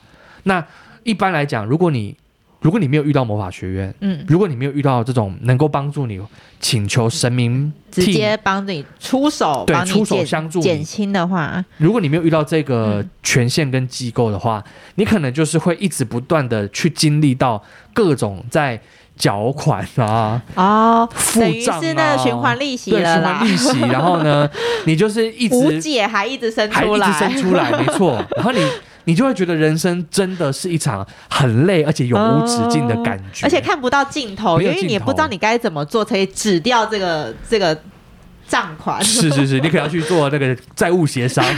Speaker 2: 那一般来讲，如果你如果你没有遇到魔法学院，
Speaker 3: 嗯，
Speaker 2: 如果你没有遇到这种能够帮助你请求神明
Speaker 3: 直
Speaker 2: 替
Speaker 3: 接帮你出手，
Speaker 2: 对
Speaker 3: 帮你
Speaker 2: 出手
Speaker 3: 减
Speaker 2: 相助你
Speaker 3: 减轻的话，
Speaker 2: 如果你没有遇到这个
Speaker 3: 嗯
Speaker 2: 权限跟机构的话，你可能就是会一直不断的去经历到各种在缴款
Speaker 3: [LAUGHS]
Speaker 2: 啊、
Speaker 3: 哦，
Speaker 2: 付
Speaker 3: 等于
Speaker 2: 账啊、
Speaker 3: 是那个循环利息
Speaker 2: 对
Speaker 3: 了
Speaker 2: 循
Speaker 3: 啦
Speaker 2: 环，利息，然后
Speaker 3: [LAUGHS]
Speaker 2: 呢，你就是一
Speaker 3: 无
Speaker 2: 直
Speaker 3: 解还一直生
Speaker 2: 还
Speaker 3: 出
Speaker 2: 一直
Speaker 3: 来，
Speaker 2: 生出来，
Speaker 3: [LAUGHS]
Speaker 2: 没错，然后你。你就会觉得人生真的是一场很累，而且
Speaker 3: [LAUGHS]
Speaker 2: 永无止境的感觉。
Speaker 3: 哦而且看不到尽头，
Speaker 2: 没
Speaker 3: 因
Speaker 2: 有
Speaker 3: 为你也
Speaker 2: 尽
Speaker 3: 不知道
Speaker 2: 头
Speaker 3: 你该怎么做，可以止掉这个这个账款， [LAUGHS]
Speaker 2: 是是是，你可能要去做那个债务协商，
Speaker 3: 你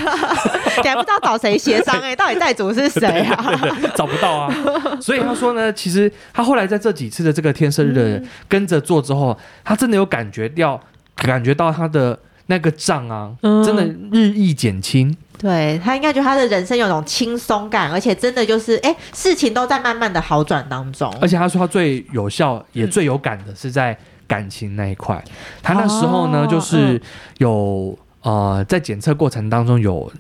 Speaker 3: 还不知道找谁协商
Speaker 2: [LAUGHS]
Speaker 3: 哎、到底债主是谁啊？
Speaker 2: 找不到啊。所以他说呢，其实他后来在这几次的这个天生日的跟着做之后，他真的有感觉到感觉到他的那个障啊，
Speaker 3: 嗯
Speaker 2: 真的日益减轻。
Speaker 3: 对他应该觉得他的人生有种轻松感，而且真的就是哎，事情都在慢慢的好转当中。
Speaker 2: 而且他说他最有效也最有感的是在感情那一块，他那时候呢
Speaker 3: 哦
Speaker 2: 就是有呃在检测过程当中有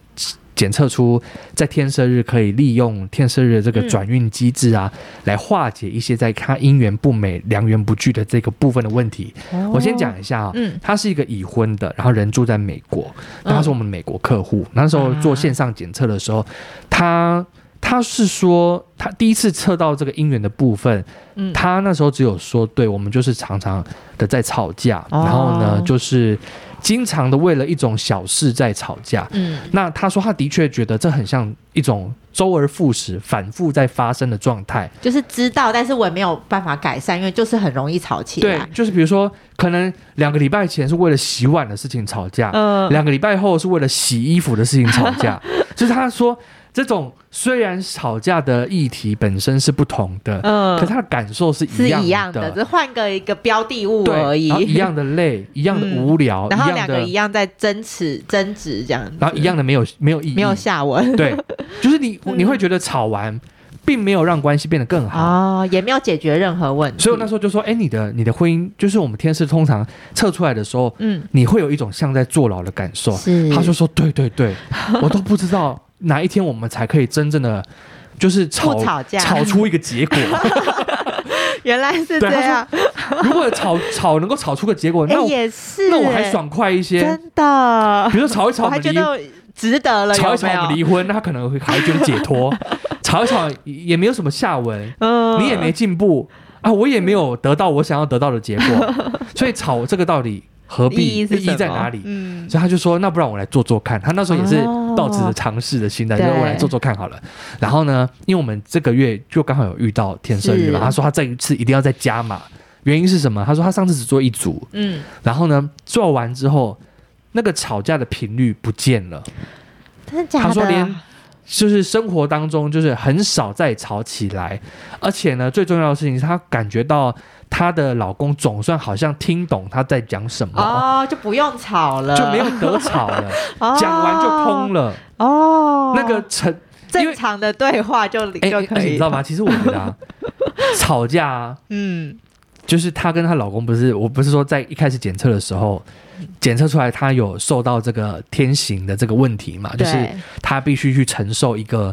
Speaker 2: 检测出在天赦日可以利用天赦日的这个
Speaker 3: 嗯
Speaker 2: 转运机制啊，来化解一些在他姻缘不美、良缘不聚的这个部分的问题。我先讲一下啊、
Speaker 3: 哦嗯
Speaker 2: 他是一个已婚的，然后人住在美国，那他是我们美国客户。那时候
Speaker 3: 啊
Speaker 2: 做线上检测的时候，他他是说他第一次测到这个姻缘的部分，
Speaker 3: 嗯
Speaker 2: 他那时候只有说，对我们就是常常的在吵架，
Speaker 3: 哦
Speaker 2: 然后呢就是经常的为了一种小事在吵架。
Speaker 3: 嗯
Speaker 2: 那他说他的确觉得这很像一种周而复始、反复在发生的状态。
Speaker 3: 就是知道，但是我也没有办法改善，因为就是很容易吵起
Speaker 2: 对
Speaker 3: 来。，
Speaker 2: 就是比如说，可能两个礼拜前是为了洗碗的事情吵架，
Speaker 3: 嗯
Speaker 2: 两个礼拜后是为了洗衣服的事情吵
Speaker 3: [LAUGHS]
Speaker 2: 架，就是他说这种虽然吵架的议题本身是不同的，
Speaker 3: 嗯
Speaker 2: 可他的感受是
Speaker 3: 是
Speaker 2: 一样的，
Speaker 3: 一样的，只是换个一个标的物
Speaker 2: 对，
Speaker 3: [LAUGHS] 而已
Speaker 2: 然后。一样的累，一样的
Speaker 3: 嗯
Speaker 2: 无聊，
Speaker 3: 然后
Speaker 2: 一样
Speaker 3: 两个
Speaker 2: 的
Speaker 3: 一，样在争执争执这样子，
Speaker 2: 然后一样的没有没有意义，
Speaker 3: 没有嗯下文 [LAUGHS]
Speaker 2: 对，就是你你会觉得吵完并没有让关系变得更好。
Speaker 3: 哦，也没有解决任何问题。
Speaker 2: 所以我那时候就说，哎、你的你的婚姻，就是我们天师通常测出来的时候，
Speaker 3: 嗯
Speaker 2: 你会有一种像在坐牢的感受。
Speaker 3: 是，
Speaker 2: 他就说：“对对
Speaker 3: [LAUGHS]
Speaker 2: 对，我都不知道哪一天我们才可以真正的就是吵
Speaker 3: 不吵架
Speaker 2: 出一个结
Speaker 3: [LAUGHS]
Speaker 2: 果。
Speaker 3: 原来
Speaker 2: 对
Speaker 3: 是这
Speaker 2: 他说
Speaker 3: 样，
Speaker 2: 如果吵吵能够吵出个结果，
Speaker 3: 哎
Speaker 2: 那我、
Speaker 3: 也是，
Speaker 2: 那我还，爽快一些。
Speaker 3: 真的
Speaker 2: 比，如说吵一吵
Speaker 3: 我
Speaker 2: 我
Speaker 3: 还
Speaker 2: 们
Speaker 3: 觉
Speaker 2: 离，
Speaker 3: 得值得了，
Speaker 2: 吵一
Speaker 3: 有
Speaker 2: 吵
Speaker 3: 没
Speaker 2: 我们
Speaker 3: 有？
Speaker 2: 离婚，那他可能会还觉得解脱。
Speaker 3: [LAUGHS]
Speaker 2: 吵一吵也没有什么下文，
Speaker 3: 嗯
Speaker 2: 你也没进步啊，我也没有得到我想要得到的结果，所以吵这个道理何
Speaker 3: 意
Speaker 2: 必？
Speaker 3: 义是什么
Speaker 2: 在哪里？
Speaker 3: 嗯，
Speaker 2: 所以他就说：“那不然我来做做看。”他那时候也是抱持着尝试的心态，
Speaker 3: 哦对
Speaker 2: 就是我来做做看好了。然后呢，因为我们这个月就刚好有遇到天生日嘛，
Speaker 3: 是
Speaker 2: 他说他这一次一定要再加码，原因是什么？他说他上次只做一组，
Speaker 3: 嗯，
Speaker 2: 然后呢做完之后，那个吵架的频率不见了，
Speaker 3: 真的假的？
Speaker 2: 他说连就是生活当中就是很少再吵起来，而且呢最重要的事情是她感觉到她的老公总算好像听懂她在讲什么，
Speaker 3: 哦，就不用吵了，
Speaker 2: 就没有得吵了。
Speaker 3: 哦
Speaker 2: 讲完就通了，
Speaker 3: 哦，
Speaker 2: 那个成因为
Speaker 3: 正常的对话就
Speaker 2: 哎、
Speaker 3: 就
Speaker 2: 而
Speaker 3: 可
Speaker 2: 且
Speaker 3: 以，
Speaker 2: 你知道吗？？其实我觉得
Speaker 3: [LAUGHS]
Speaker 2: 啊，吵架啊，
Speaker 3: 嗯，
Speaker 2: 就是她跟她老公不是，我不是说在一开始检测的时候，检测出来她有受到这个天行的这个问题嘛，就是
Speaker 3: 对，
Speaker 2: 她必须去承受一个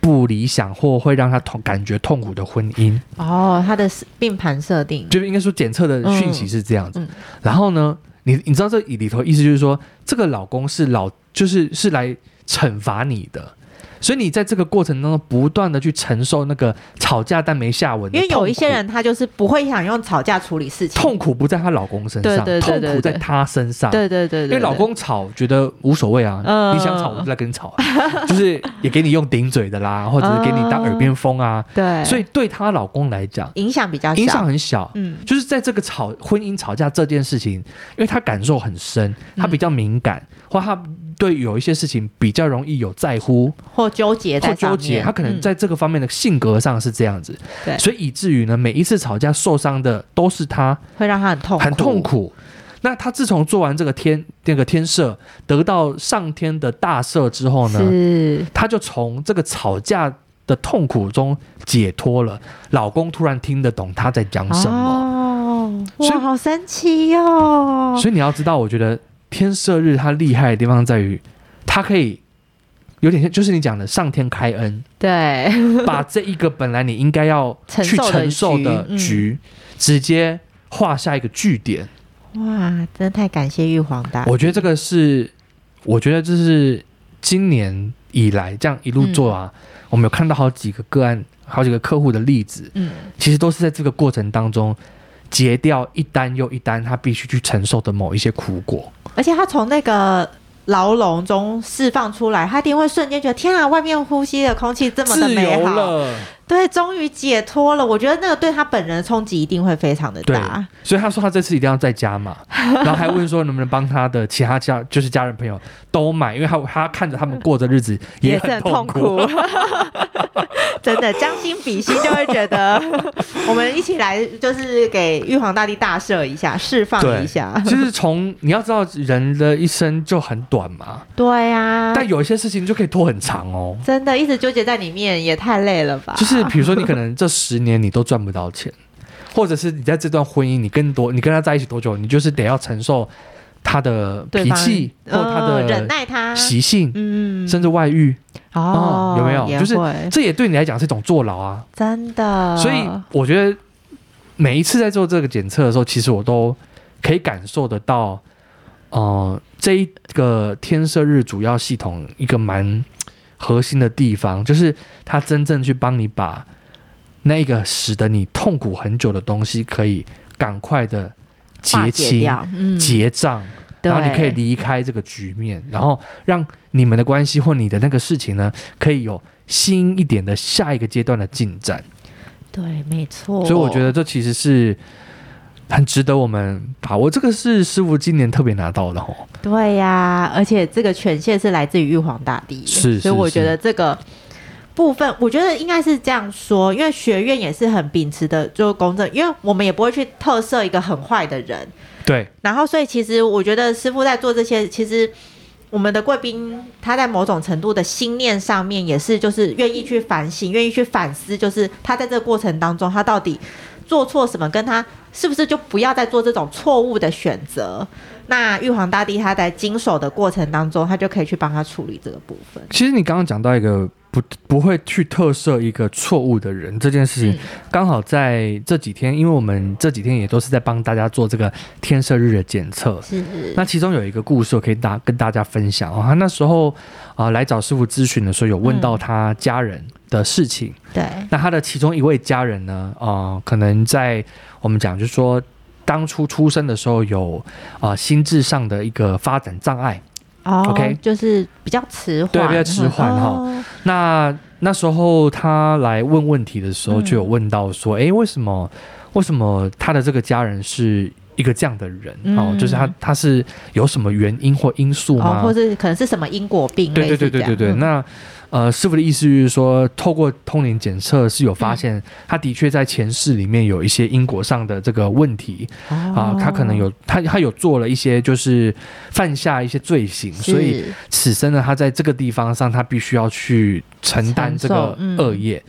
Speaker 2: 不理想或会让她痛感觉痛苦的婚姻，
Speaker 3: 哦，他的并盘设定，
Speaker 2: 就是应该说检测的讯息是这样子。
Speaker 3: 嗯嗯
Speaker 2: 然后呢，你你知道这里头意思就是说，这个老公是老就是是来惩罚你的。所以你在这个过程当中不断的去承受那个吵架但没下文的
Speaker 3: 因
Speaker 2: 痛
Speaker 3: 为
Speaker 2: 苦，
Speaker 3: 有一些人他就是不会想用吵架处理事情，
Speaker 2: 痛苦不在她老公身上，
Speaker 3: 对对对对
Speaker 2: 痛苦在
Speaker 3: 对
Speaker 2: 她身上。
Speaker 3: 对对对
Speaker 2: 因
Speaker 3: 对，
Speaker 2: 为老公吵觉得无所谓
Speaker 3: [LAUGHS]
Speaker 2: 啊，
Speaker 3: 嗯
Speaker 2: 你想吵我就来跟你吵啊， [LAUGHS] 就是也给你用顶嘴的啦，或者是给你
Speaker 3: [LAUGHS] 哦
Speaker 2: 当耳边风啊。
Speaker 3: 对，
Speaker 2: 所以对她老公来讲，
Speaker 3: 影响比较啊小，
Speaker 2: 影响很小。
Speaker 3: 嗯
Speaker 2: 就是在这个吵婚姻吵架这件事情，因为她感受很深，她比较敏感，
Speaker 3: 嗯
Speaker 2: 或她对有一些事情比较容易有在乎
Speaker 3: 或纠结在
Speaker 2: 或纠
Speaker 3: 上面，
Speaker 2: 结，她可能
Speaker 3: 嗯
Speaker 2: 在这个方面的性格上是这样子，
Speaker 3: 对
Speaker 2: 所以以至于呢，每一次吵架受伤的都是她，
Speaker 3: 会让他很痛苦，
Speaker 2: 很痛，苦。那他自从做完这个天那个天赦，得到上天的大赦之后呢，
Speaker 3: 是
Speaker 2: 他就从这个吵架的痛苦中解脱了。老公突然听得懂他在讲什么，
Speaker 3: 哦，
Speaker 2: 所
Speaker 3: 哇，
Speaker 2: 以
Speaker 3: 好神奇哦！
Speaker 2: 所以你要知道，我觉得天赦日它厉害的地方在于，它可以有点像就是你讲的上天开
Speaker 3: [LAUGHS]
Speaker 2: 恩，
Speaker 3: 对，
Speaker 2: 把这一个本来你应该要
Speaker 3: 承
Speaker 2: 去
Speaker 3: 受的
Speaker 2: 承受的
Speaker 3: 局嗯
Speaker 2: 局，直接画下一个句点。
Speaker 3: 哇，真的太感谢玉皇大帝，
Speaker 2: 我觉得这个是，我觉得这是今年以来这样一路做啊，
Speaker 3: 嗯
Speaker 2: 我们有看到好几个个案，好几个客户的例子，
Speaker 3: 嗯，
Speaker 2: 其实都是在这个过程当中结掉一单又一单，他必须去承受的某一些苦果。
Speaker 3: 而且他从那个牢笼中释放出来，他一定会瞬间觉得天啊，外面呼吸的空气这么的
Speaker 2: 自
Speaker 3: 美
Speaker 2: 由
Speaker 3: 好，
Speaker 2: 了，
Speaker 3: 对，终于解脱了。我觉得那个对他本人的冲击一定会非常的
Speaker 2: 对
Speaker 3: 大。，
Speaker 2: 所以他说他这次一定要再加
Speaker 3: [LAUGHS]
Speaker 2: 码，然后还问说能不能帮他的其他家就是家人朋友都买，因为他他看着他们过的日子
Speaker 3: 也是
Speaker 2: 很
Speaker 3: 很痛
Speaker 2: 苦。
Speaker 3: 苦， [LAUGHS] 真的将心比心，就会觉得我们一起来，就是给玉皇大帝大赦一下，释放
Speaker 2: 对
Speaker 3: 一下。
Speaker 2: 其实从你要知道人的一生就很短嘛，
Speaker 3: 对 [LAUGHS] 啊，
Speaker 2: 但有一些事情就可以拖很长哦。
Speaker 3: 真的一直纠结在里面，也太累了吧？
Speaker 2: 就是比如说，你可能这十年你都赚不到钱，或者是你在这段婚姻，你更多你跟他在一起多久，你就是得要承受他的
Speaker 3: 对
Speaker 2: 脾
Speaker 3: 方
Speaker 2: 气或他
Speaker 3: 呃忍
Speaker 2: 的
Speaker 3: 耐他，
Speaker 2: 习性，
Speaker 3: 嗯，
Speaker 2: 甚至外遇，
Speaker 3: 哦
Speaker 2: 哦，有没有
Speaker 3: 也
Speaker 2: 就是
Speaker 3: 会
Speaker 2: 这也对你来讲是一种坐牢啊。
Speaker 3: 真的，
Speaker 2: 所以我觉得每一次在做这个检测的时候，其实我都可以感受得到，呃，这一个天赦日主要系统一个蛮核心的地方，就是它真正去帮你把那一个使得你痛苦很久的东西，可以赶快的
Speaker 3: 化
Speaker 2: 结
Speaker 3: 解
Speaker 2: 清、
Speaker 3: 掉，嗯，
Speaker 2: 结账。
Speaker 3: 对
Speaker 2: 然后你可以离开这个局面，然后让你们的关系或你的那个事情呢，可以有新一点的下一个阶段的进展。
Speaker 3: 对，没错。
Speaker 2: 所以我觉得这其实是很值得我们把握。这个是师傅今年特别拿到的哦，
Speaker 3: 对呀、而且这个权限是来自于玉皇大帝耶，
Speaker 2: 是
Speaker 3: 所
Speaker 2: 是
Speaker 3: 以我
Speaker 2: 是
Speaker 3: 觉得这个部分，我觉得应该是这样说，因为学院也是很秉持的，就是公正，因为我们也不会去特赦一个很坏的人，
Speaker 2: 对，
Speaker 3: 然后所以其实我觉得师傅在做这些，其实。我们的贵宾，他在某种程度的心念上面也是，就是愿意去反省，愿意去反思，就是他在这个过程当中，他到底做错什么，跟他是不是就不要再做这种错误的选择。那玉皇大帝他在经手的过程当中，他就可以去帮他处理这个部分。
Speaker 2: 其实你刚刚讲到一个不不会去特赦一个错误的人这件事情，
Speaker 3: 嗯
Speaker 2: 刚好在这几天，因为我们这几天也都是在帮大家做这个天赦日的检测。
Speaker 3: 是是
Speaker 2: 那其中有一个故事，我可以大跟大家分享哦。他那时候啊、来找师傅咨询的时候，有问
Speaker 3: 嗯
Speaker 2: 到他家人的事情。
Speaker 3: 对，
Speaker 2: 那他的其中一位家人呢，呃，可能在我们讲就是说，当初出生的时候有啊、呃心智上的一个发展障碍，
Speaker 3: 哦
Speaker 2: OK
Speaker 3: 就是比较迟缓，
Speaker 2: 对比较迟缓哈
Speaker 3: 哦
Speaker 2: 那那时候他来问问题的时候，
Speaker 3: 嗯
Speaker 2: 就有问到说，诶，为什么为什么他的这个家人是一个这样的人？哦，
Speaker 3: 嗯
Speaker 2: 就是他他是有什么原因或因素吗？
Speaker 3: 哦，或是可能是什么因果病，
Speaker 2: 对对对对对对，
Speaker 3: 那
Speaker 2: 那呃，师傅的意思就是说，透过通灵检测是有发
Speaker 3: 嗯
Speaker 2: 现，他的确在前世里面有一些因果上的这个问题
Speaker 3: 哦
Speaker 2: 啊、他可能有他他有做了一些就是犯下一些罪行，所以
Speaker 3: 是
Speaker 2: 此生呢，他在这个地方上，他必须要去承担这
Speaker 3: 承受
Speaker 2: 个
Speaker 3: 嗯
Speaker 2: 恶业。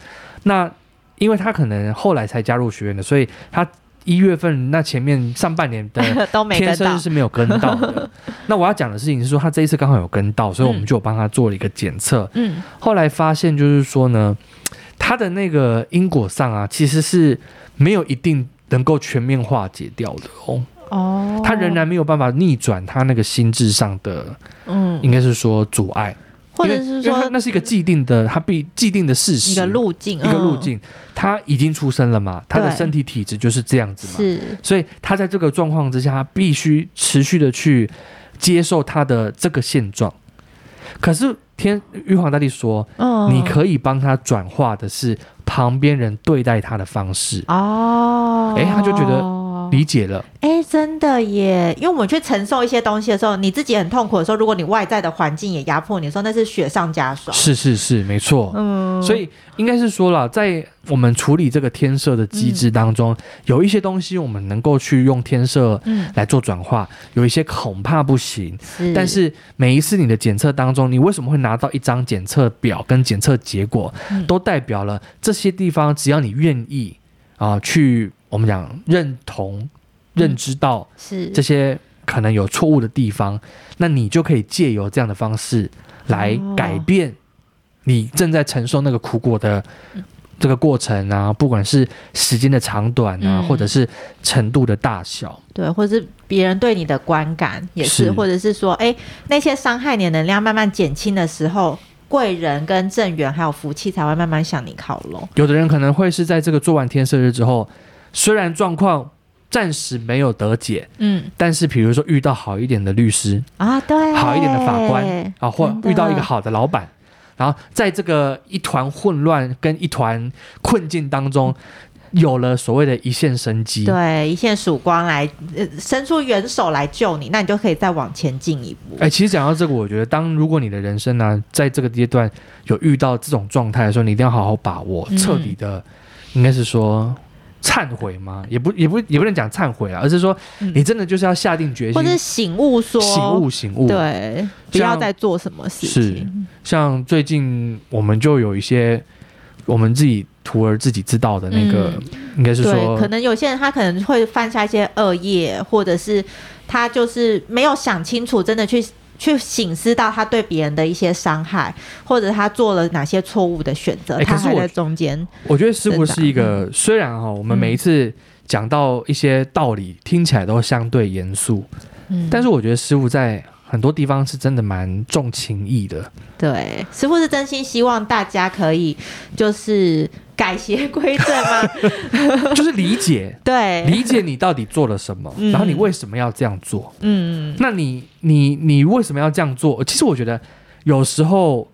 Speaker 2: 那因为他可能后来才加入学院的，所以他一月份那前面上半年的
Speaker 3: 都 [LAUGHS] 没
Speaker 2: 天
Speaker 3: 跟到
Speaker 2: 生，是没有跟到
Speaker 3: [LAUGHS]
Speaker 2: 的。那我要讲的事情是说，他这一次刚好有跟到，所以我们就有帮他做了一个检测。
Speaker 3: 嗯，
Speaker 2: 后来发现就是说呢，他的那个因果上啊，其实是没有一定能够全面化解掉的哦，
Speaker 3: 哦，
Speaker 2: 他仍然没有办法逆转他那个心智上的，应
Speaker 3: 嗯，
Speaker 2: 该是说阻碍，
Speaker 3: 或者
Speaker 2: 因为
Speaker 3: 是
Speaker 2: 因为
Speaker 3: 说
Speaker 2: 他那是一个既定的，他必既定的事实，
Speaker 3: 一个路径，
Speaker 2: 一个路
Speaker 3: 嗯
Speaker 2: 径，他已经出生了嘛，他的
Speaker 3: 对
Speaker 2: 身体体质就是这样子嘛，
Speaker 3: 是
Speaker 2: 所以他在这个状况之下，他必须持续的去接受他的这个现状。可是天玉皇大帝说，
Speaker 3: 嗯，
Speaker 2: 你可以帮他转化的是旁边人对待他的方式，
Speaker 3: 哦，
Speaker 2: 诶他就觉得理解了，
Speaker 3: 哎，真的耶！因为我们去承受一些东西的时候，你自己很痛苦的时候，如果你外在的环境也压迫你的时候，那是雪上加霜。
Speaker 2: 是是是，没错。
Speaker 3: 嗯，
Speaker 2: 所以应该是说了，在我们处理这个天赦的机制当中，有一些东西我们能够去用天赦
Speaker 3: 嗯，
Speaker 2: 来做转化，有一些恐怕不行。
Speaker 3: 是，
Speaker 2: 但是每一次你的检测当中，你为什么会拿到一张检测表跟检测结果，
Speaker 3: 嗯
Speaker 2: 都代表了这些地方，只要你愿意啊、去我们讲认同、
Speaker 3: 嗯
Speaker 2: 认知到
Speaker 3: 是
Speaker 2: 这些可能有错误的地方，那你就可以借由这样的方式来
Speaker 3: 哦
Speaker 2: 改变你正在承受那个苦果的。这个过程啊，不管是时间的长短啊，
Speaker 3: 嗯
Speaker 2: 或者是程度的大小，
Speaker 3: 对，或者是别人对你的观感也是，
Speaker 2: 是
Speaker 3: 或者是说，哎，那些伤害你的能量慢慢减轻的时候，贵人跟正缘还有福气才会慢慢向你靠拢。
Speaker 2: 有的人可能会是在这个做完天赦日之后，虽然状况暂时没有得解，
Speaker 3: 嗯
Speaker 2: 但是比如说遇到好一点的律师、
Speaker 3: 啊，对，
Speaker 2: 好一点的法官啊，或
Speaker 3: 哎真的
Speaker 2: 遇到一个好的老板，然后在这个一团混乱跟一团困境当中，有了所谓的一线生机。
Speaker 3: 对，一线曙光来、呃伸出援手来救你，那你就可以再往前进一步。
Speaker 2: 哎、其实讲到这个，我觉得当如果你的人生呢、在这个阶段有遇到这种状态的时候，你一定要好好把握，
Speaker 3: 嗯
Speaker 2: 彻底的，应该是说忏悔吗？也不也不也不能讲忏悔啦，啊而是说
Speaker 3: 嗯
Speaker 2: 你真的就是要下定决
Speaker 3: 或
Speaker 2: 心，
Speaker 3: 者醒悟说，
Speaker 2: 醒悟醒悟。，
Speaker 3: 对，不要
Speaker 2: 像
Speaker 3: 再做什么事
Speaker 2: 是
Speaker 3: 情。
Speaker 2: 像最近我们就有一些我们自己徒儿自己知道的那个，应该是
Speaker 3: 嗯对，
Speaker 2: 说
Speaker 3: 可能有些人他可能会犯下一些恶业，或者是他就是没有想清楚，真的去去醒思到他对别人的一些伤害，或者他做了哪些错误的选择，
Speaker 2: 哎可
Speaker 3: 他
Speaker 2: 是
Speaker 3: 还
Speaker 2: 我
Speaker 3: 在中间。
Speaker 2: 我觉得师傅是一个，
Speaker 3: 嗯
Speaker 2: 虽然哈、我们每一次讲到一些道理，听起来都相对严肃，
Speaker 3: 嗯，
Speaker 2: 但是我觉得师傅在很多地方是真的蛮重情义的。
Speaker 3: 对，师傅是真心希望大家可以就是改邪归正吗？
Speaker 2: [LAUGHS] 就是理解，
Speaker 3: [LAUGHS] 对，
Speaker 2: 理解你到底做了什么，
Speaker 3: 嗯
Speaker 2: 然后你为什么要这样做？
Speaker 3: 嗯，
Speaker 2: 那你你你为什么要这样做？其实我觉得有时候。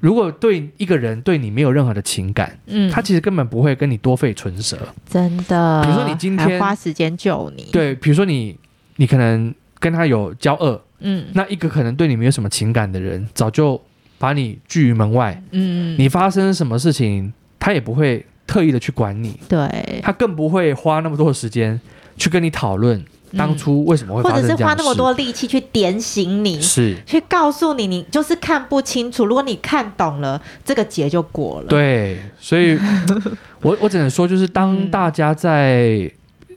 Speaker 2: 如果对一个人对你没有任何的情感，
Speaker 3: 嗯，
Speaker 2: 他其实根本不会跟你多费唇舌。
Speaker 3: 真的，
Speaker 2: 比如说你今天
Speaker 3: 还花时间救你，，
Speaker 2: 对，比如说你，你可能跟他有交恶，
Speaker 3: 嗯
Speaker 2: 那一个可能对你没有什么情感的人，早就把你拒于门外。
Speaker 3: 嗯，
Speaker 2: 你发生什么事情，他也不会特意的去管你，
Speaker 3: 对，
Speaker 2: 他更不会花那么多的时间去跟你讨论当初为什么会
Speaker 3: 嗯或
Speaker 2: 发
Speaker 3: 者
Speaker 2: 生这
Speaker 3: 是
Speaker 2: 样的事。
Speaker 3: 花那么多力气去点醒你，
Speaker 2: 是，
Speaker 3: 去告诉你，你就是看不清楚。如果你看懂了，这个结就过了。，
Speaker 2: 对，所
Speaker 3: [LAUGHS]
Speaker 2: 以我我只能说，就是当
Speaker 3: 嗯
Speaker 2: 大家在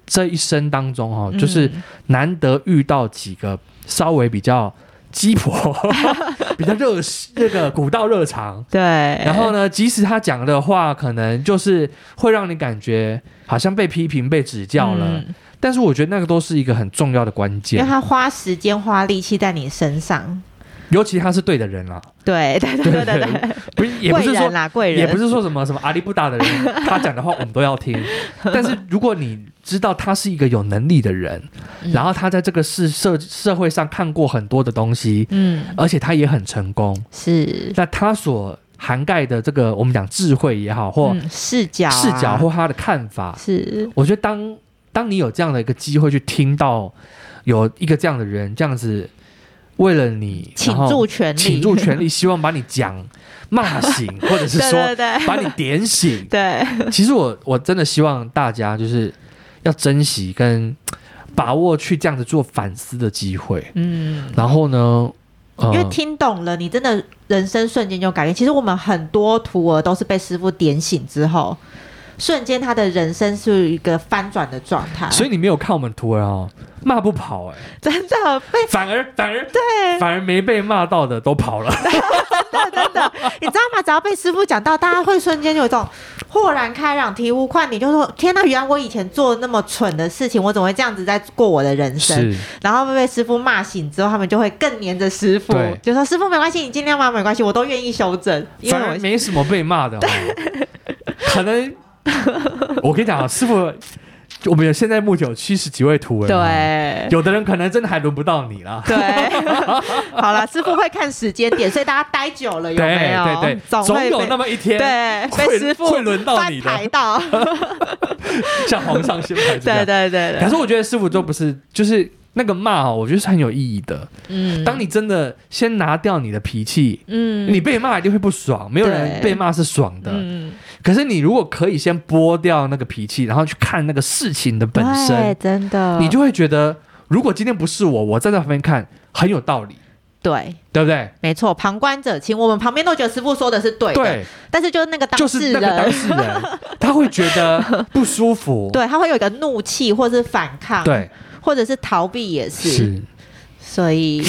Speaker 2: 这一生当中哦，就是难得遇到几个稍微比较鸡
Speaker 3: [LAUGHS]
Speaker 2: 婆、比较热那个古道热肠，
Speaker 3: 对。
Speaker 2: 然
Speaker 3: 然
Speaker 2: 后呢，即使他讲的话可能就是会让你感觉好像被批评、被指教了，但是我觉得那个都是一个很重要的关
Speaker 3: 嗯因为
Speaker 2: 键，
Speaker 3: 他花时间花力气在你身上。
Speaker 2: 尤其他是对的人啦，
Speaker 3: 对对对对对对，
Speaker 2: 不是也不
Speaker 3: 贵
Speaker 2: 是
Speaker 3: 人
Speaker 2: 说。
Speaker 3: 啦，贵
Speaker 2: 也
Speaker 3: 人
Speaker 2: 不是说什么什么阿里不达的
Speaker 3: [LAUGHS]
Speaker 2: 人，他讲的话我们都要听。但是如果你知道他是一个有能力的人，
Speaker 3: 嗯
Speaker 2: 然后他在这个世社社会上看过很多的东西，
Speaker 3: 嗯，
Speaker 2: 而且他也很成功，
Speaker 3: 是
Speaker 2: 那他所涵盖的这个我们讲智慧也好，或
Speaker 3: 嗯视角啊
Speaker 2: 视角或他的看法，
Speaker 3: 是
Speaker 2: 我觉得当当你有这样的一个机会去听到有一个这样的人这样子为了你
Speaker 3: 倾
Speaker 2: 然
Speaker 3: 注
Speaker 2: 后
Speaker 3: 全力，
Speaker 2: 倾注全力，希望把你讲骂
Speaker 3: [LAUGHS]
Speaker 2: 醒，或者是
Speaker 3: 对
Speaker 2: 说
Speaker 3: 对对
Speaker 2: 把你点醒。
Speaker 3: [LAUGHS] [LAUGHS] 对，
Speaker 2: 其实我我真的希望大家就是要珍惜跟把握去这样子做反思的机会。
Speaker 3: 嗯。
Speaker 2: 然后呢，呃
Speaker 3: 因为听懂了，你真的人生瞬间就改变。其实我们很多徒儿都是被师傅点醒之后，瞬间他的人生是一个翻转的状态。
Speaker 2: 所以你没有看我们图文哦，骂不跑哎、
Speaker 3: [LAUGHS] 真的被
Speaker 2: 反而反而对，反而没被骂到的都跑
Speaker 3: [LAUGHS]
Speaker 2: 了。[LAUGHS]
Speaker 3: 真的，你知道吗？只要被师傅讲到，大家会瞬间有一种豁然开朗、体无快，你就说：“天呐，原来我以前做那么蠢的事情，我怎么会这样子在过我的人生？”然后被师傅骂醒之后，他们就会更黏着师傅
Speaker 2: 对，
Speaker 3: 就说：“师傅没关系，你尽量骂没关系，我都愿意修正。”因为
Speaker 2: 反而
Speaker 3: 我
Speaker 2: 没什么被骂的、哦，可能我跟你讲啊，师傅，我们有现在目前有七十几位图文、，
Speaker 3: 对。
Speaker 2: 有的人可能真的还轮不到你啦。
Speaker 3: 对， [LAUGHS] 好了，师傅会看时间点，所以大家待久 [LAUGHS] 了有
Speaker 2: 对
Speaker 3: 没有？
Speaker 2: 对对，总
Speaker 3: 会
Speaker 2: 有
Speaker 3: 被
Speaker 2: 那么一天，
Speaker 3: 对
Speaker 2: 会
Speaker 3: 被师傅
Speaker 2: 会轮到你的
Speaker 3: 翻牌到，
Speaker 2: [LAUGHS] 像皇上先排
Speaker 3: 对对对对，
Speaker 2: 可是我觉得师傅都不是，就是那个骂哦，我觉得是很有意义的。
Speaker 3: 嗯
Speaker 2: 当你真的先拿掉你的脾气，
Speaker 3: 嗯
Speaker 2: 你被骂一定会不爽，没有人
Speaker 3: 对
Speaker 2: 被骂是爽的。
Speaker 3: 嗯
Speaker 2: 可是你如果可以先剥掉那个脾气，然后去看那个事情的本身
Speaker 3: 对，真的，
Speaker 2: 你就会觉得，如果今天不是我，我站在旁边看很有道理，
Speaker 3: 对。
Speaker 2: 对不对？
Speaker 3: 没错，旁观者清。我们旁边都觉得师傅说的是对的，
Speaker 2: 对，
Speaker 3: 但是就是那个当
Speaker 2: 就
Speaker 3: 事
Speaker 2: 是那
Speaker 3: 人，
Speaker 2: 个当事人，他会觉得不舒服
Speaker 3: [LAUGHS] 。对他会有一个怒气，或是反抗，，
Speaker 2: 对，
Speaker 3: 或者是逃避也是。所
Speaker 2: [LAUGHS]
Speaker 3: 以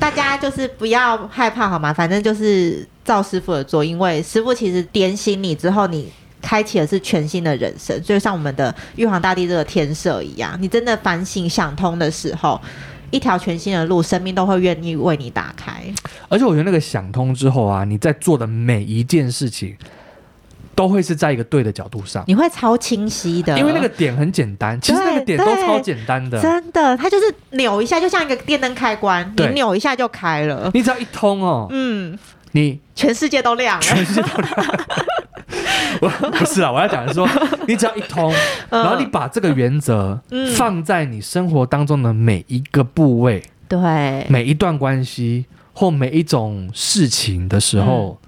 Speaker 3: 大家就是不要害怕，好吗？反正就是照师傅的做，因为师傅其实点醒你之后，你开启的是全新的人生，就像我们的玉皇大帝这个天赦一样，你真的反省想通的时候。一条全新的路，生命都会愿意为你打开。
Speaker 2: 而且我觉得那个想通之后啊，你在做的每一件事情，都会是在一个对的角度上，
Speaker 3: 你会超清晰的，
Speaker 2: 因为那个点很简单，其实那个点都
Speaker 3: 啊对
Speaker 2: 超简单的，
Speaker 3: 真的，它就是扭一下，就像一个电灯开关，你
Speaker 2: 对
Speaker 3: 扭一下就开了。
Speaker 2: 你只要一通哦，
Speaker 3: 嗯，
Speaker 2: 你 [LAUGHS]
Speaker 3: 全世界都亮了。
Speaker 2: 我不是啊，我要讲的是说，你只要一通，然后你把这个原则
Speaker 3: 嗯
Speaker 2: 放在你生活当中的每一个部位、
Speaker 3: 对，
Speaker 2: 每一段关系或每一种事情的时候，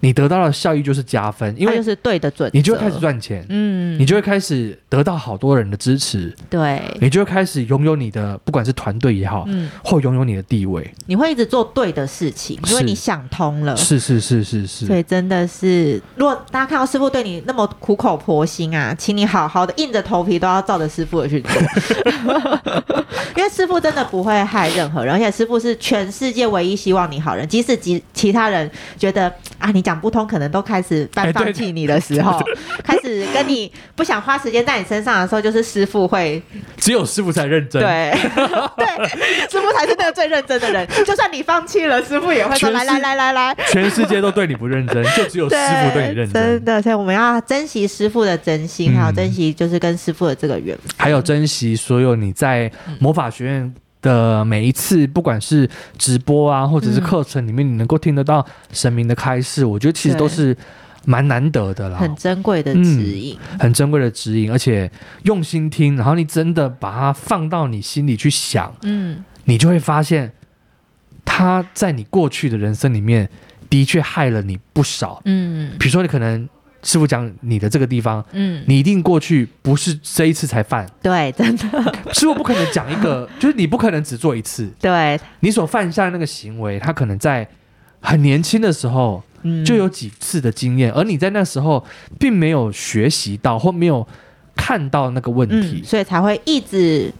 Speaker 2: 你得到的效益就是加分，因
Speaker 3: 嗯它
Speaker 2: 为
Speaker 3: 就是对的准则，
Speaker 2: 你就会开始赚钱，
Speaker 3: 嗯，
Speaker 2: 你就会开始得到好多人的支持，
Speaker 3: 对，
Speaker 2: 你就会开始拥有你的，不管是团队也好，
Speaker 3: 嗯，
Speaker 2: 或拥有你的地位。
Speaker 3: 你会一直做对的事情，因为
Speaker 2: 是
Speaker 3: 你想通了。
Speaker 2: 是是是是
Speaker 3: 所
Speaker 2: 是，
Speaker 3: 以真的是，如果大家看到师傅对你那么苦口婆心啊，请你好好的硬着头皮都要照着师傅的去做， [LAUGHS] 因为师傅真的不会害任何人，而且师傅是全世界唯一希望你好人，即使其其他人觉得啊你讲不通，可能都开始
Speaker 2: 哎对
Speaker 3: 搬放弃你的
Speaker 2: [LAUGHS]
Speaker 3: 时候，开始跟你不想花时间在你身上的时候，就是师傅会
Speaker 2: 只有师傅才认真。
Speaker 3: 对 [LAUGHS] 对，师傅才是那个最认真的人，就算你放弃了，师傅也会说
Speaker 2: 全
Speaker 3: 来
Speaker 2: 是
Speaker 3: 来来来来，
Speaker 2: 全世界都对你不认
Speaker 3: [LAUGHS]
Speaker 2: 真，就只有师傅对你认真
Speaker 3: 真。的，所以我们要珍惜师傅的真心，还有
Speaker 2: 嗯
Speaker 3: 珍惜就是跟师傅的这个缘分。
Speaker 2: 还有珍惜所有你在
Speaker 3: 嗯
Speaker 2: 魔法学院的每一次，不管是直播啊，或者
Speaker 3: 嗯
Speaker 2: 是课程里面，你能够听得到神明的开示，我觉得其实
Speaker 3: 对
Speaker 2: 都是蛮难得的啦，
Speaker 3: 很
Speaker 2: 很
Speaker 3: 珍贵
Speaker 2: 嗯
Speaker 3: 的指引，
Speaker 2: 珍贵的指引，而且用心听，然后你真的把它放到你心里去想，
Speaker 3: 嗯，
Speaker 2: 你就会发现，他在你过去的人生里面的确害了你不少。
Speaker 3: 嗯
Speaker 2: 比如说，你可能师傅讲你的这个地方，
Speaker 3: 嗯，
Speaker 2: 你一定过去不是这一次才犯，
Speaker 3: 对，真的
Speaker 2: 师傅不可能讲一个， [LAUGHS] 就是你不可能只做一次，
Speaker 3: 对，
Speaker 2: 你所犯下的那个行为，他可能在很年轻的时候
Speaker 3: 嗯，
Speaker 2: 就有几次的经验，而你在那时候并没有学习到或没有看到那个问
Speaker 3: 嗯，
Speaker 2: 题。
Speaker 3: 所以才会一直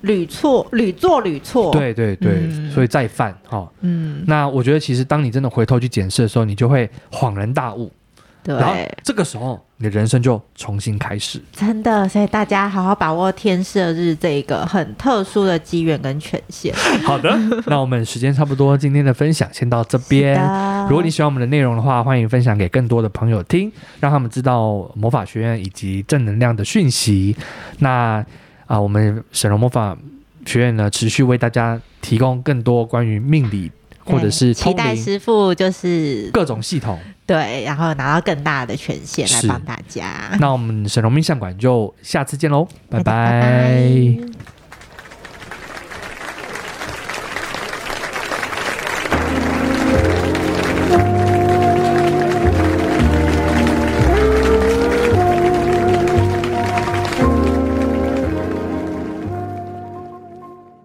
Speaker 3: 屡错、屡做、屡错。，
Speaker 2: 对对对，
Speaker 3: 嗯
Speaker 2: 所以再犯哦。
Speaker 3: 嗯，
Speaker 2: 那我觉得其实当你真的回头去检视的时候，你就会恍然大悟，然后
Speaker 3: 对，
Speaker 2: 这个时候你的人生就重新开
Speaker 3: [LAUGHS]
Speaker 2: 始。
Speaker 3: 真的，所以大家好好把握天赦日这一个很特殊的机缘跟权限。
Speaker 2: 好的，那我们时间差不多，今天的分享先到这边。
Speaker 3: 的
Speaker 2: 如果你喜欢我们的内容的话，欢迎分享给更多的朋友听，让他们知道魔法学院以及正能量的讯息。那啊、我们沈荣魔法学院呢，持续为大家提供更多关于命理或者是
Speaker 3: 对期
Speaker 2: 通
Speaker 3: 待
Speaker 2: 灵
Speaker 3: 师傅就是
Speaker 2: 各种系统。
Speaker 3: 对，然后拿到更大的权限来
Speaker 2: 是
Speaker 3: 帮大家。
Speaker 2: 那我们沈荣命相馆就下次见喽，拜
Speaker 3: 拜
Speaker 2: 拜
Speaker 3: 拜